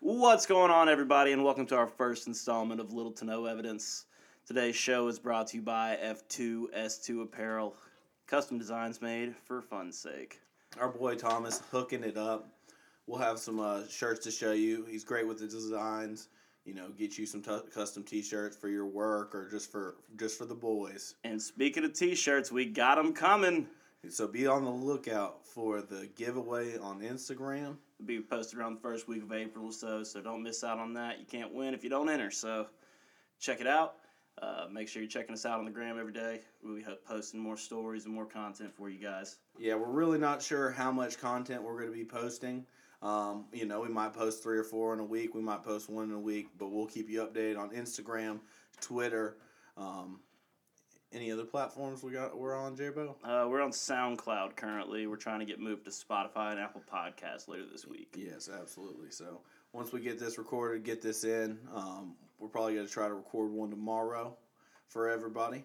What's going on, everybody, and welcome to our first installment of Little to No Evidence. Today's show is brought to you by F2S2 Apparel, custom designs made for fun's sake. Our boy Thomas hooking it up. We'll have some uh, shirts to show you. He's great with the designs. You know, get you some t- custom T-shirts for your work or just for just for the boys. And speaking of t shirts, we got them coming. So be on the lookout for the giveaway on Instagram. It'll be posted around the first week of April or so, so don't miss out on that. You can't win if you don't enter, so check it out. Uh, make sure you're checking us out on the gram every day. We'll be ho- posting more stories and more content for you guys. Yeah, we're really not sure how much content we're going to be posting. Um, you know, we might post three or four in a week. We might post one in a week, but we'll keep you updated on Instagram, Twitter, um, any other platforms we got. We're on Jabo. Uh, we're on SoundCloud currently. We're trying to get moved to Spotify and Apple Podcasts later this week. Yes, absolutely. So once we get this recorded, get this in, um, we're probably going to try to record one tomorrow for everybody.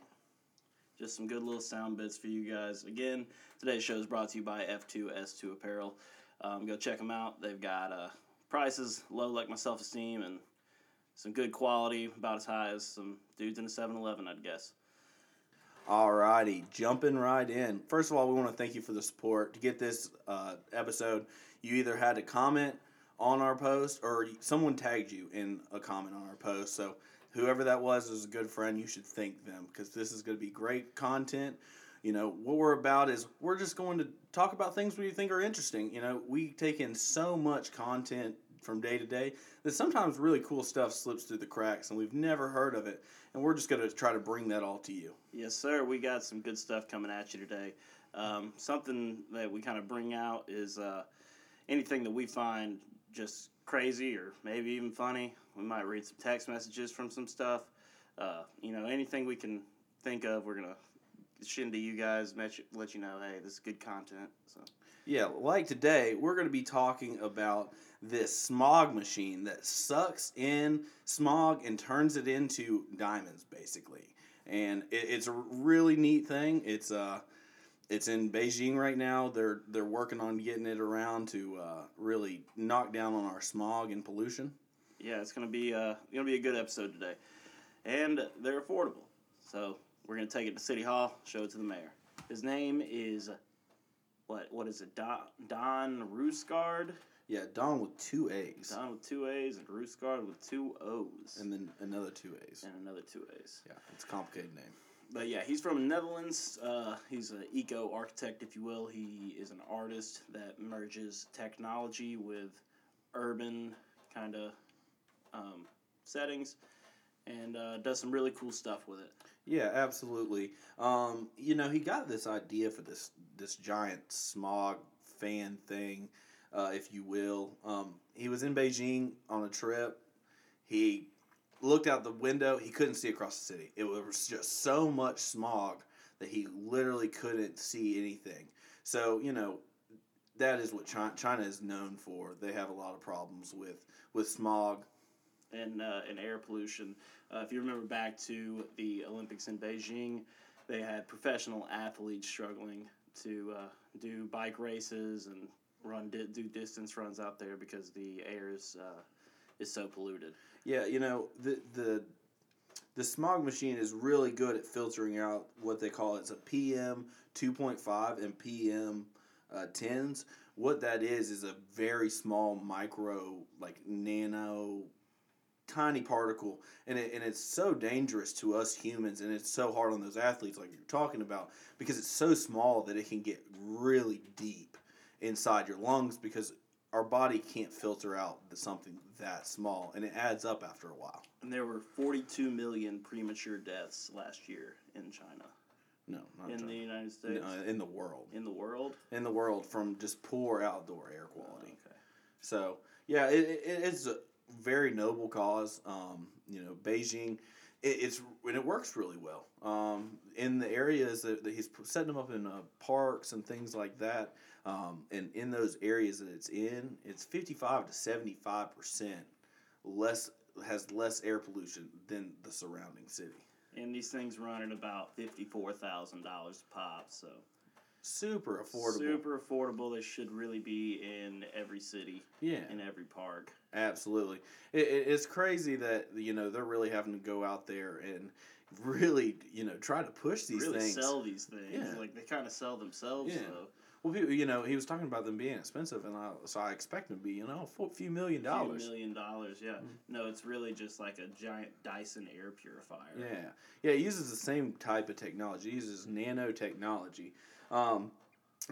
Just some good little sound bits for you guys. Again, today's show is brought to you by F2S2 Apparel. Um, go check them out. They've got uh, prices low like my self esteem and some good quality, about as high as some dudes in a 7 Eleven, I'd guess. Alrighty, jumping right in. First of all, we want to thank you for the support. To get this uh, episode, you either had to comment on our post or someone tagged you in a comment on our post. So whoever that was is a good friend. You should thank them because this is going to be great content. You know what we're about is we're just going to talk about things we think are interesting. You know we take in so much content from day to day that sometimes really cool stuff slips through the cracks and we've never heard of it. And we're just going to try to bring that all to you. Yes, sir. We got some good stuff coming at you today. Um, something that we kind of bring out is uh, anything that we find just crazy or maybe even funny. We might read some text messages from some stuff. Uh, you know, anything we can think of, we're gonna shin to you guys, let you, let you know, hey, this is good content. So Yeah, like today, we're going to be talking about this smog machine that sucks in smog and turns it into diamonds, basically. And it, it's a really neat thing. It's uh, it's in Beijing right now. They're they're working on getting it around to uh, really knock down on our smog and pollution. yeah, it's gonna be uh, gonna be a good episode today, and they're affordable. So we're gonna take it to City Hall, show it to the mayor. His name is what? What is it? Don Don Roosgard. Yeah, Don with two A's Don with two A's and Roosgard with two O's, and then another two A's. and another two A's. Yeah, it's a complicated name. But yeah, he's from the Netherlands. Uh, he's an eco architect, if you will. He is an artist that merges technology with urban kind of um, settings and uh, does some really cool stuff with it. Yeah, absolutely. Um, you know, he got this idea for this this giant smog fan thing, uh, if you will. Um, he was in Beijing on a trip. He looked out the window. He couldn't see across the city. It was just so much smog that he literally couldn't see anything. So you know, that is what China, China is known for. They have a lot of problems with with smog. and uh, and air pollution. Uh, if you remember back to the Olympics in Beijing, they had professional athletes struggling to uh, do bike races and run di- do distance runs out there because the air is uh, is so polluted. Yeah, you know the the the smog machine is really good at filtering out what they call it's a PM two point five and PM uh, tens. What that is is a very small micro, like nano, tiny particle, and it, and it's so dangerous to us humans, and it's so hard on those athletes like you're talking about because it's so small that it can get really deep inside your lungs because our body can't filter out the, something that small, and it adds up after a while. And there were 42 million premature deaths last year in China, No, not in the United States, China. No, in the world, in the world. in the world from just poor outdoor air quality. Okay. So yeah, it, it, it's a very noble cause. Um, you know, Beijing, it, it's and it works really well. Um, in the areas that, that he's p- setting them up in uh, parks and things like that, um, and in those areas that it's in, it's fifty five to seventy five percent less has less air pollution than the surrounding city. And these things run at about fifty-four thousand dollars a pop, so Super affordable. Super affordable. This should really be in every city, Yeah. in every park. Absolutely, it, it, it's crazy that you know they're really having to go out there and really you know try to push these really things. sell these things. Yeah. Like they kind of sell themselves Yeah. though. Well, people, you know, he was talking about them being expensive, and I, so I expect them to be you know a few million dollars. Mm-hmm. Few million dollars, yeah. No, it's really just like a giant Dyson air purifier. Yeah, yeah, it uses the same type of technology. It uses nanotechnology. Um,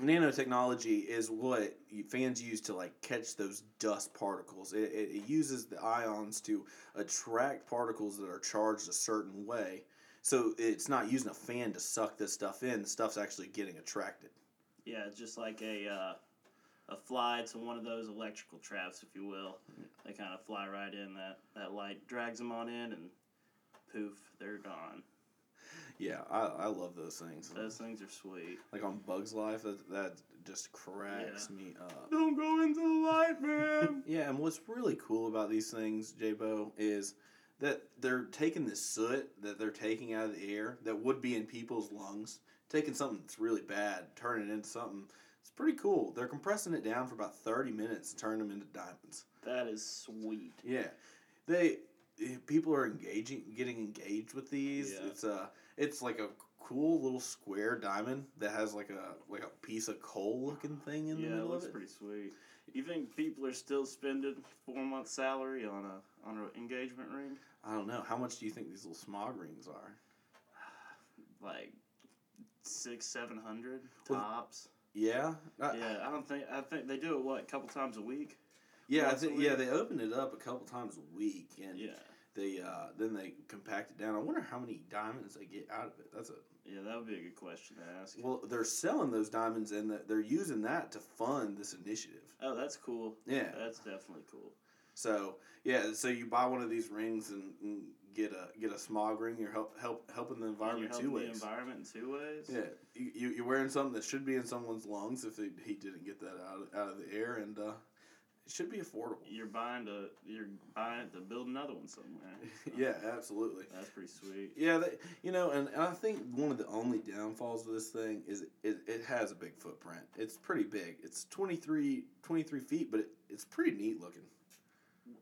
nanotechnology is what you- fans use to like catch those dust particles. It, it, it uses the ions to attract particles that are charged a certain way. So it's not using a fan to suck this stuff in. The stuff's actually getting attracted. Yeah, it's just like a uh, a fly to one of those electrical traps, if you will. Mm-hmm. They kind of fly right in. That that light drags them on in, and poof, they're gone. Yeah, I, I love those things. Those things are sweet. Like on Bugs Life, that, that just cracks me up. Don't go into the light, man. Yeah, and what's really cool about these things, J-Bo, is that they're taking this soot that they're taking out of the air that would be in people's lungs, taking something that's really bad, turning it into something. It's pretty cool. They're compressing it down for about 30 minutes and turning them into diamonds. that is sweet. Yeah. They eh, people are engaging getting engaged with these. Yeah. It's a it's like a cool little square diamond that has like a like a piece of coal looking thing in the yeah, it middle looks of it. pretty sweet. You think people are still spending four months' salary on a on an engagement ring? I don't know. How much do you think these little smog rings are? like six, seven hundred Well, tops. Yeah, I, yeah, yeah, I don't think I think they do it what a couple times a week. I once a think yeah. week. They opened it up a couple times a week, and Yeah, they uh, then they compact it down. I wonder how many diamonds they get out of it. That's a yeah, that would be a good question to ask. well, they're selling those diamonds, and the, they're using that to fund this initiative. oh, that's cool. Yeah, That's definitely cool. so yeah, so you buy one of these rings and, and get a get a smog ring. You're help, help helping the And you're environment two helping the ways. environment in two ways. Yeah, you, you- you're wearing something that should be in someone's lungs if they, he didn't get that out out of the air, and uh, it should be affordable. You're buying to you're buying to build another one somewhere. yeah, absolutely. That's pretty sweet. Yeah, they, you know, and, and I think one of the only downfalls of this thing is it, it has a big footprint. It's pretty big. It's 23, 23 feet, but it, it's pretty neat looking.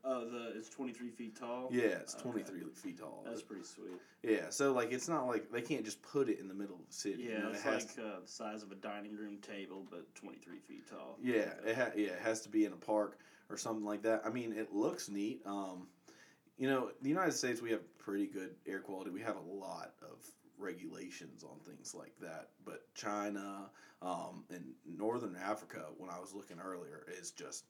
Uh, the it's twenty three feet tall. Yeah, it's Okay. 23 feet tall. That's pretty sweet. yeah, so like it's not like they can't just put it in the middle of the city. you Yeah, know, it it's has like uh, the size of a dining room table, but twenty three feet tall. Yeah, it ha- yeah, it has to be in a park or something like that. I mean, it looks neat. Um, you know, the United States we have pretty good air quality. We have a lot of regulations on things like that, but China um, and Northern Africa, when I was looking earlier, is just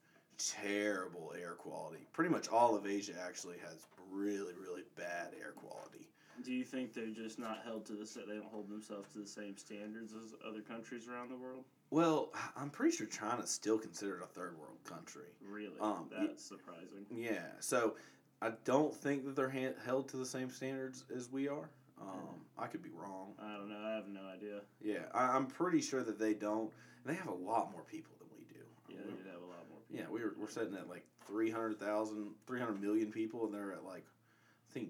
terrible air quality. Pretty much all of Asia actually has really, really bad air quality. Do you think they're just not held to the sa- they don't hold themselves to the same standards as other countries around the world? Well, I'm pretty sure China's still considered a third world country. Really, Um, y- that's surprising. Yeah, so I don't think that they're han- held to the same standards as we are. Um, I could be wrong. I don't know. I have no idea. Yeah, I, I'm pretty sure that they don't. And they have a lot more people than we do. Yeah, they We're- did have a lot more. People. yeah, we were, we're sitting at like 300,000, 300 million people, and they're at like, I think,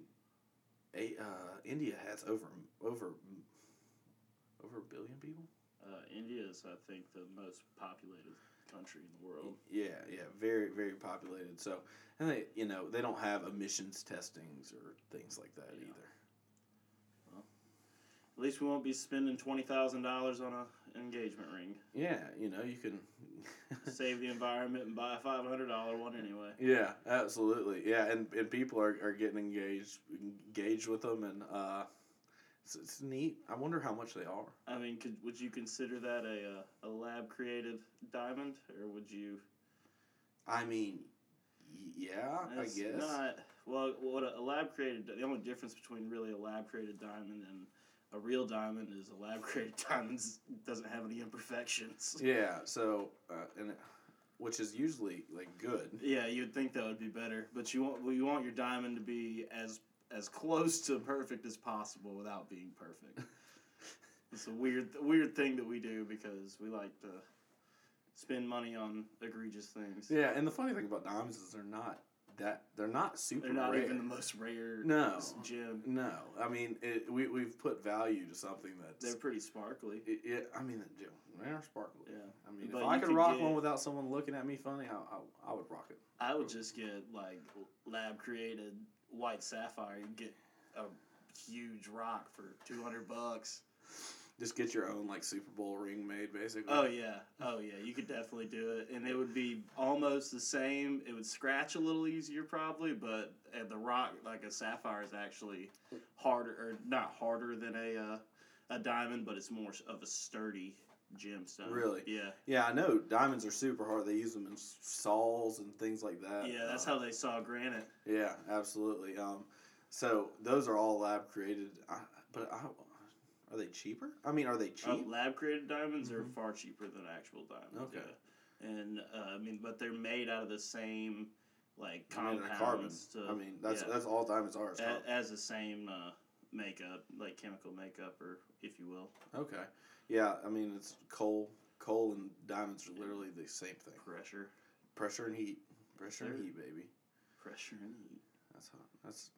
eight, uh, India has over over over a billion people. Uh, India is, I think, the most populated country in the world. Yeah, yeah, very very populated. So, and they you know they don't have emissions testings or things like that Yeah. either. At least we won't be spending twenty thousand dollars on a engagement ring. Yeah, you know, you can. Save the environment and buy a five hundred dollar one anyway. yeah, absolutely. Yeah, and, and people are, are getting engaged engaged with them, and uh, it's, it's neat. I wonder how much they are. I mean, could would you consider that a uh, a lab created diamond, or would you? I mean, y- yeah, That's I guess. Not, well, what a, a lab created, the only difference between really a lab created diamond and a real diamond is a lab created diamond doesn't have any imperfections. Yeah, so uh, and it- which is usually like good. Yeah, you'd think that would be better, but you want well, you want your diamond to be as as close to perfect as possible without being perfect. it's a weird weird thing that we do because we like to spend money on egregious things. Yeah, and the funny thing about diamonds is they're not that they're not super They're not rare. even the most rare No. gem. no, I mean it, we we've put value to something that's. They're pretty sparkly. it, it, I mean, it- they're sparkly. Yeah. I mean, But if I you could could rock get- one without someone looking at me funny, I, I, I would rock it. I would just get like lab created white sapphire and get a huge rock for 200 bucks. Just get your own like Super Bowl ring made, basically. Oh yeah. Oh yeah, you could definitely do it and it would be almost the same. It would scratch a little easier probably, but at the rock like a sapphire is actually harder or not harder than a uh, a diamond, but it's more of a sturdy gemstone. Really? Yeah. Yeah, I know diamonds are super hard. They use them in s- saws and things like that. Yeah, that's Uh, how they saw granite. Yeah, absolutely. Um, so those are all lab created, I, but I, are they cheaper? I mean, are they cheap? Uh, lab created diamonds are Mhm. far cheaper than actual diamonds. Okay. yeah. And uh, I mean, but they're made out of the same like I mean, they're compounds. carbon. to- I mean, that's yeah. Uh, that's all diamonds are. is A- carbon. as the same uh, makeup, like chemical makeup, or if you will, okay. Yeah, I mean, it's coal. Coal and diamonds are literally the same thing. pressure, Pressure and heat. Pressure and Sure. heat, baby. pressure and heat. That's how. That's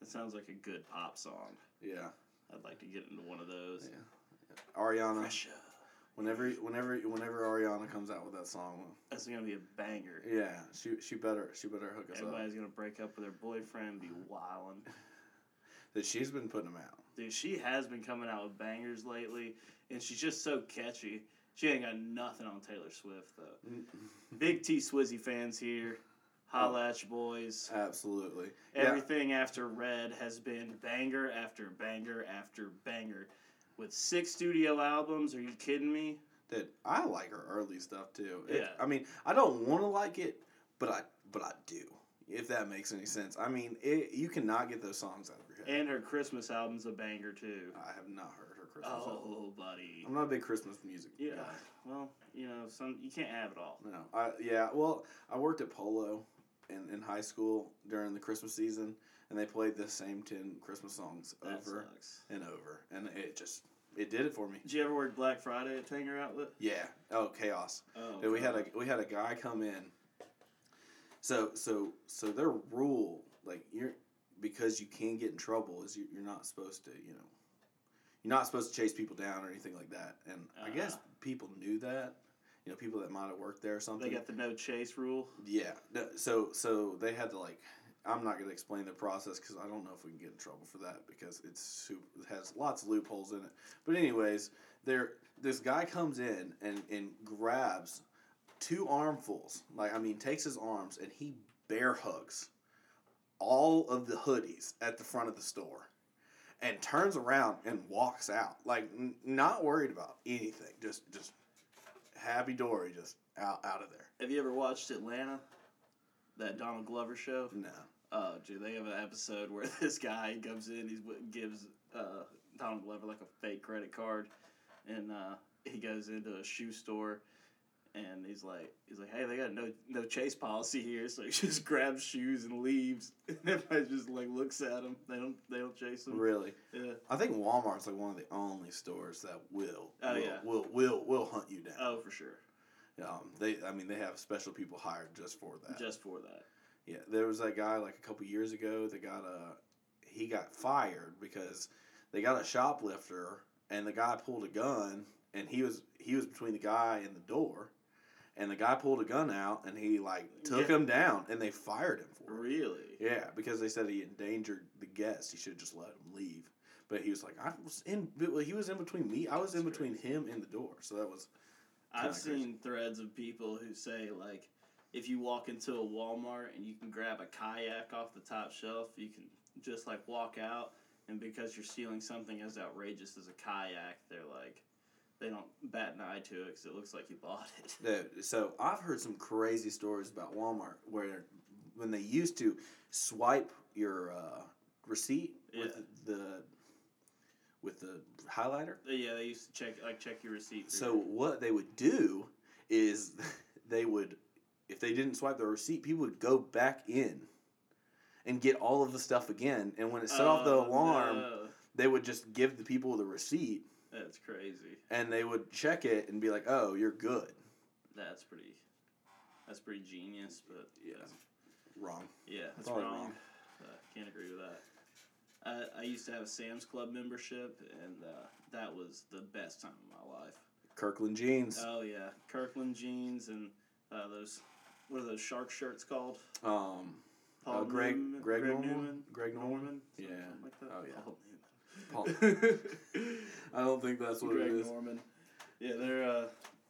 That sounds like a good pop song. yeah. I'd like to get into one of those. Yeah. Ariana. Pressure. Whenever, whenever, whenever Ariana comes out with that song, That's gonna be a banger. yeah, she she better she better hook us up. Everybody's gonna break up with her boyfriend, Uh-huh. be wildin'. That she's been putting them out. Dude, she has been coming out with bangers lately, and she's just so catchy. She ain't got nothing on Taylor Swift though. Big T Swizzy fans here, holla at you boys. Absolutely. Yeah. Everything after Red has been banger after banger after banger. With six studio albums, are you kidding me? that I like her early stuff too. It- Yeah. I mean, I don't want to like it, but I but I do. If that makes any sense. I mean, it, you cannot get those songs out of your head. And her Christmas album's a banger too. I have not heard her Uh, Christmas. album. Oh, buddy. I'm not a big Christmas music. Yeah. guy. Well, you know, some you can't have it all. No. I yeah. Well, I worked at Polo in, in high school during the Christmas season, and they played the same ten Christmas songs That over sucks. and over, and it just it did it for me. Did you ever work Black Friday at Tanger Outlet? Yeah. Oh, chaos. Oh, Dude, we had God. a we had a guy come in. So so so their rule, like you're, because you can get in trouble, is you, you're not supposed to, you know, you're not supposed to chase people down or anything like that. And I guess Uh-huh. people knew that, you know, people that might have worked there or something. They got the no chase rule. yeah. no, So so they had to like, I'm not gonna explain the process because I don't know if we can get in trouble for that because it's super, it has lots of loopholes in it. But anyways, there this guy comes in and and grabs two armfuls. Like I mean, takes his arms and he bear hugs all of the hoodies at the front of the store, and turns around and walks out. Like n- not worried about anything. Just just happy dory. Just out out of there. Have you ever watched Atlanta? That Donald Glover show? No. Oh, dude, they have an episode where this guy comes in, he gives uh, Donald Glover like a fake credit card, and uh, he goes into a shoe store, and he's like, he's like, hey, they got no no chase policy here, so he just grabs shoes and leaves. And everybody just like looks at him. They don't they don't chase him. Really? Yeah. I think Walmart's like one of the only stores that will Oh, will, yeah. will will will hunt you down. Oh, for sure, Um, they I mean they have special people hired just for that. just for that. yeah, there was that guy like a couple years ago that got a he got fired because they got a shoplifter and the guy pulled a gun and he was he was between the guy and the door and the guy pulled a gun out and he like took Yeah. him down and they fired him for it. Really? Yeah, because they said he endangered the guests. He should have just let him leave. But he was like, I was in. well, He was in between me. I was in That's between him and the door. So that was I've Kinda crazy. seen threads of people who say like, if you walk into a Walmart and you can grab a kayak off the top shelf, you can just like walk out, and because you're stealing something as outrageous as a kayak, they're like, they don't bat an eye to it because it looks like you bought it. Dude, So I've heard some crazy stories about Walmart where when they used to swipe your uh, receipt Yeah. with the with the highlighter. yeah, they used to check like check your receipt. for So your- what they would do is they would, if they didn't swipe their receipt, people would go back in. And get all of the stuff again, and when it set off the Oh, alarm, no. they would just give the people the receipt That's crazy. and they would check it and be like, "Oh, you're good." That's pretty. That's pretty genius, but Yeah. that's- Wrong. Yeah, that's Probably wrong. wrong. Uh, can't agree with that. I, I used to have a Sam's Club membership, and uh, that was the best time of my life. Kirkland jeans. Oh yeah, Kirkland jeans and uh, those what are those shark shirts called? um, Oh, Greg- Newman- Greg Norman? Newman, Greg Norman? something- Yeah. something like that. Oh, yeah. Paul Paul. Newman. I don't think that's what Greg it is. Norman. Yeah, they're uh,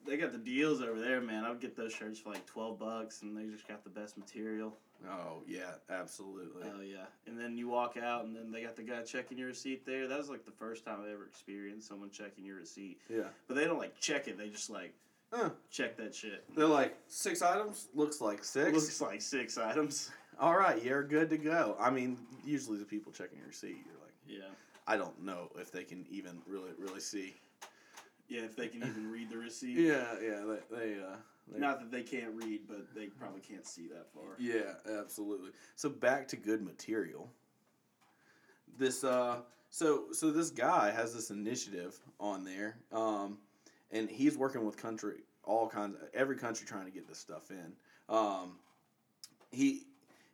they got the deals over there, man. I would get those shirts for like twelve bucks, and they just got the best material. Oh yeah, absolutely. Oh yeah, and then you walk out, and then they got the guy checking your receipt there. That was like the first time I ever experienced someone checking your receipt. yeah. But they don't like check it; they just like Huh. check that shit. They're like six items. Looks like six. Looks like six items. All right, you're good to go. I mean, usually the people checking your seat, you're like, Yeah, I don't know if they can even really really see. yeah. If they can even read the receipt. Yeah, yeah. They, they uh. They, Not that they can't read, but they probably can't see that far. Yeah, absolutely. So back to good material. This uh so so this guy has this initiative on there. Um and he's working with country all kinds every country trying to get this stuff in. Um he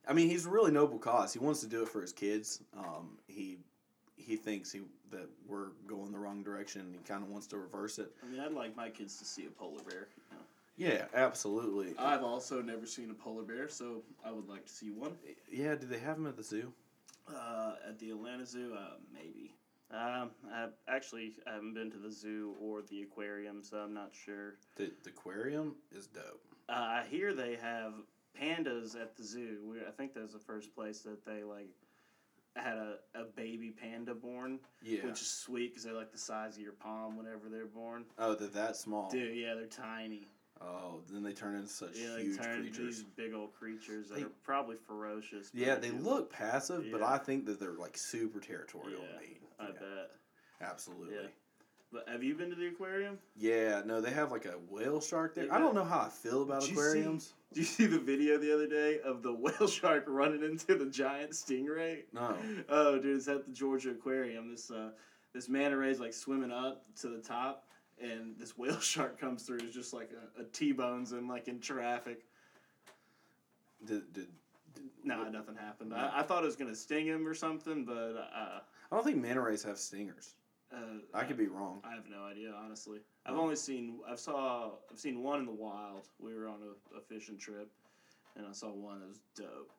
I mean, he's a really noble cause. He wants to do it for his kids. Um he he thinks he that we're going the wrong direction and he kind of wants to reverse it. I mean, I'd like my kids to see a polar bear. You know? Yeah, absolutely. I've also never seen a polar bear, so I would like to see one. yeah, do they have him at the zoo? Uh, at the Atlanta Zoo, uh, maybe. Um, I actually I haven't been to the zoo or the aquarium, so I'm not sure. The, the aquarium is dope. Uh, I hear they have pandas at the zoo. We, I think that was the first place that they like had a, a baby panda born, Yeah. which is sweet because they're like the size of your palm whenever they're born. Oh, they're that small. Dude, yeah, they're tiny. Oh, then they turn into such Yeah, they huge turn into creatures. these big old creatures that They- are probably ferocious. but Yeah, they do look passive, but Yeah. I think that they're like super territorial. Yeah, and mean. I Yeah, bet. absolutely. But have you been to the aquarium? Yeah. no, they have like a whale shark there. They I got- don't know how I feel about Did you see- aquariums. Did you see the video the other day of the whale shark running into the giant stingray? No. Oh, dude, it's at the Georgia Aquarium. This uh, this manta ray's like swimming up to the top, and this whale shark comes through. It's just like a, a T-bones and like in traffic. Did, did, Nah, What- nothing happened. I, I thought it was gonna sting him or something, but uh, I don't think manta rays have stingers. uh, I could be wrong. I have no idea, honestly. I've Hmm. only seen I've saw I've seen one in the wild. We were on a, a fishing trip, and I saw one that was dope.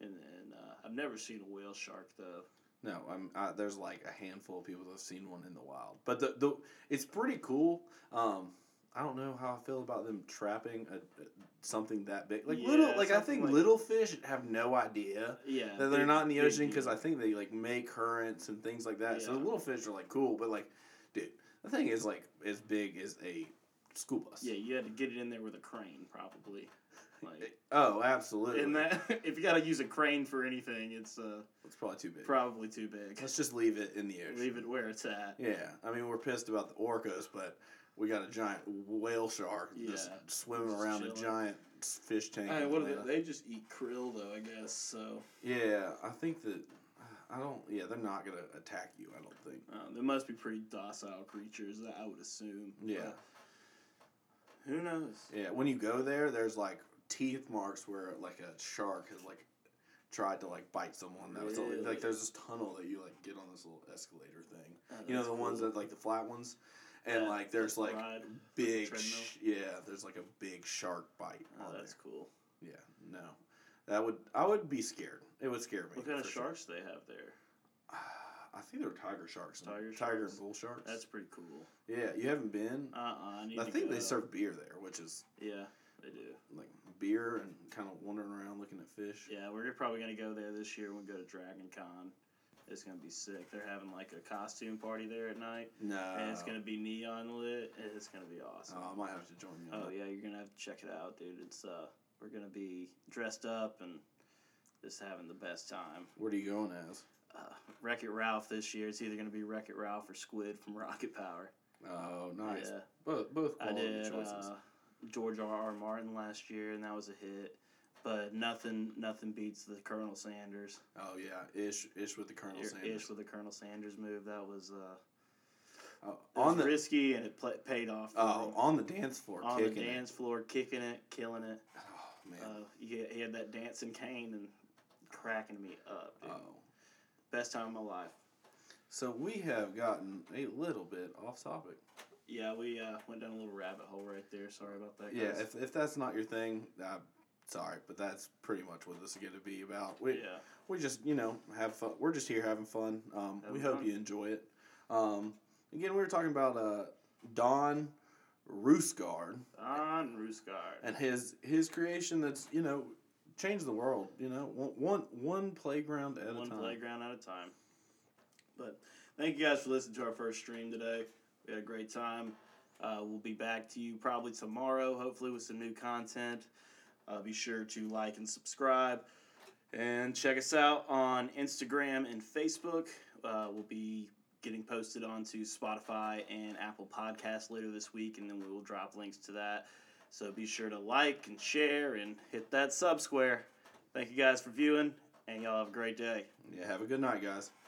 And then uh, I've never seen a whale shark though. No, I'm. I, there's like a handful of people that've seen one in the wild, but the, the it's pretty cool. Um, I don't know how I feel about them trapping a, a- something that big, like Yeah, little. Like I something think like- little fish have no idea Yeah, that they're big- not in the big ocean because I deal. think they like make currents and things like that. So the Yeah. little fish are like cool, but like, dude, the thing is like as big as a school bus. yeah you had to get it in there with a crane probably. Like, Oh, absolutely. and that if you got to use a crane for anything, it's uh, It's probably too big. probably too big. Let's just leave it in the ocean. Leave it where it's at. Yeah, I mean we're pissed about the orcas, but we got a giant whale shark just Yeah, swimming just around a chilling. giant s- fish tank. I in mean, what do Atlanta. they, they just eat krill though, I guess. So Yeah, I think that I don't. Yeah, they're not gonna attack you. I don't think. uh, they must be pretty docile creatures, I would assume. Yeah, But who knows? yeah. When you go there, there's like teeth marks where like a shark has like tried to like bite someone. That was Really? like there's this tunnel that you like get on this little escalator thing. Oh, You know that's the ones cool. that like the flat ones, and Yeah, like there's like ride. big. treadmill. Sh- yeah, there's like a big shark bite. Oh, on there. that's cool. Yeah, no, that would I would be scared. It would scare me. What kind of for sure. sharks they have there? I think they were tiger sharks. and- Tiger tiger sharks? and bull sharks. That's pretty cool. yeah. You haven't been. Uh, uh I need. I to think go. they serve beer there, which is Yeah, they do. like beer and kind of wandering around looking at fish. Yeah, we're probably gonna go there this year. We'll go to Dragon Con. It's gonna be sick. They're having like a costume party there at night, No, and it's gonna be neon lit, and it's gonna be awesome. Oh, I might have to join you. on oh that. yeah, you're gonna have to check it out, dude. It's uh, we're gonna be dressed up and just having the best time. What are you going as? Uh, Wreck It Ralph this year. It's either gonna be Wreck It Ralph or Squid from Rocket Power. Oh, nice. Yeah. Both both I quality did choices. uh, George R. R. Martin last year, and that was a hit. But nothing, nothing beats the Colonel Sanders. oh yeah, ish ish with the Colonel Your Sanders. Ish with the Colonel Sanders move. That was, uh, Oh, it was on the risky, and it pla paid off. for oh him. on the dance floor, on the kicking it. dance floor, kicking it, killing it. Oh, man. Uh, he, he had that dancing cane and cracking me up. Dude. oh. Best time of my life. So we have gotten a little bit off topic. Yeah, we uh, went down a little rabbit hole right there. Sorry about that. Yeah, guys. if, if that's not your thing, uh, sorry, but that's pretty much what this is going to be about. We, yeah. we just, you know, have fun. We're just here having fun. Um, we Having hope fun. you enjoy it. Um, again, we were talking about uh, Don Roosgard On Roosgard. and his his creation that's, you know, changed the world, you know, one, one, one playground at a One time. playground at a time. But thank you guys for listening to our first stream today. We had a great time. Uh, we'll be back to you probably tomorrow, hopefully, with some new content. Uh, be sure to like and subscribe. And check us out on Instagram and Facebook. Uh, we'll be getting posted onto Spotify and Apple Podcasts later this week, and then we will drop links to that. So be sure to like and share and hit that sub square. Thank you guys for viewing, and y'all have a great day. Yeah, have a good night, guys.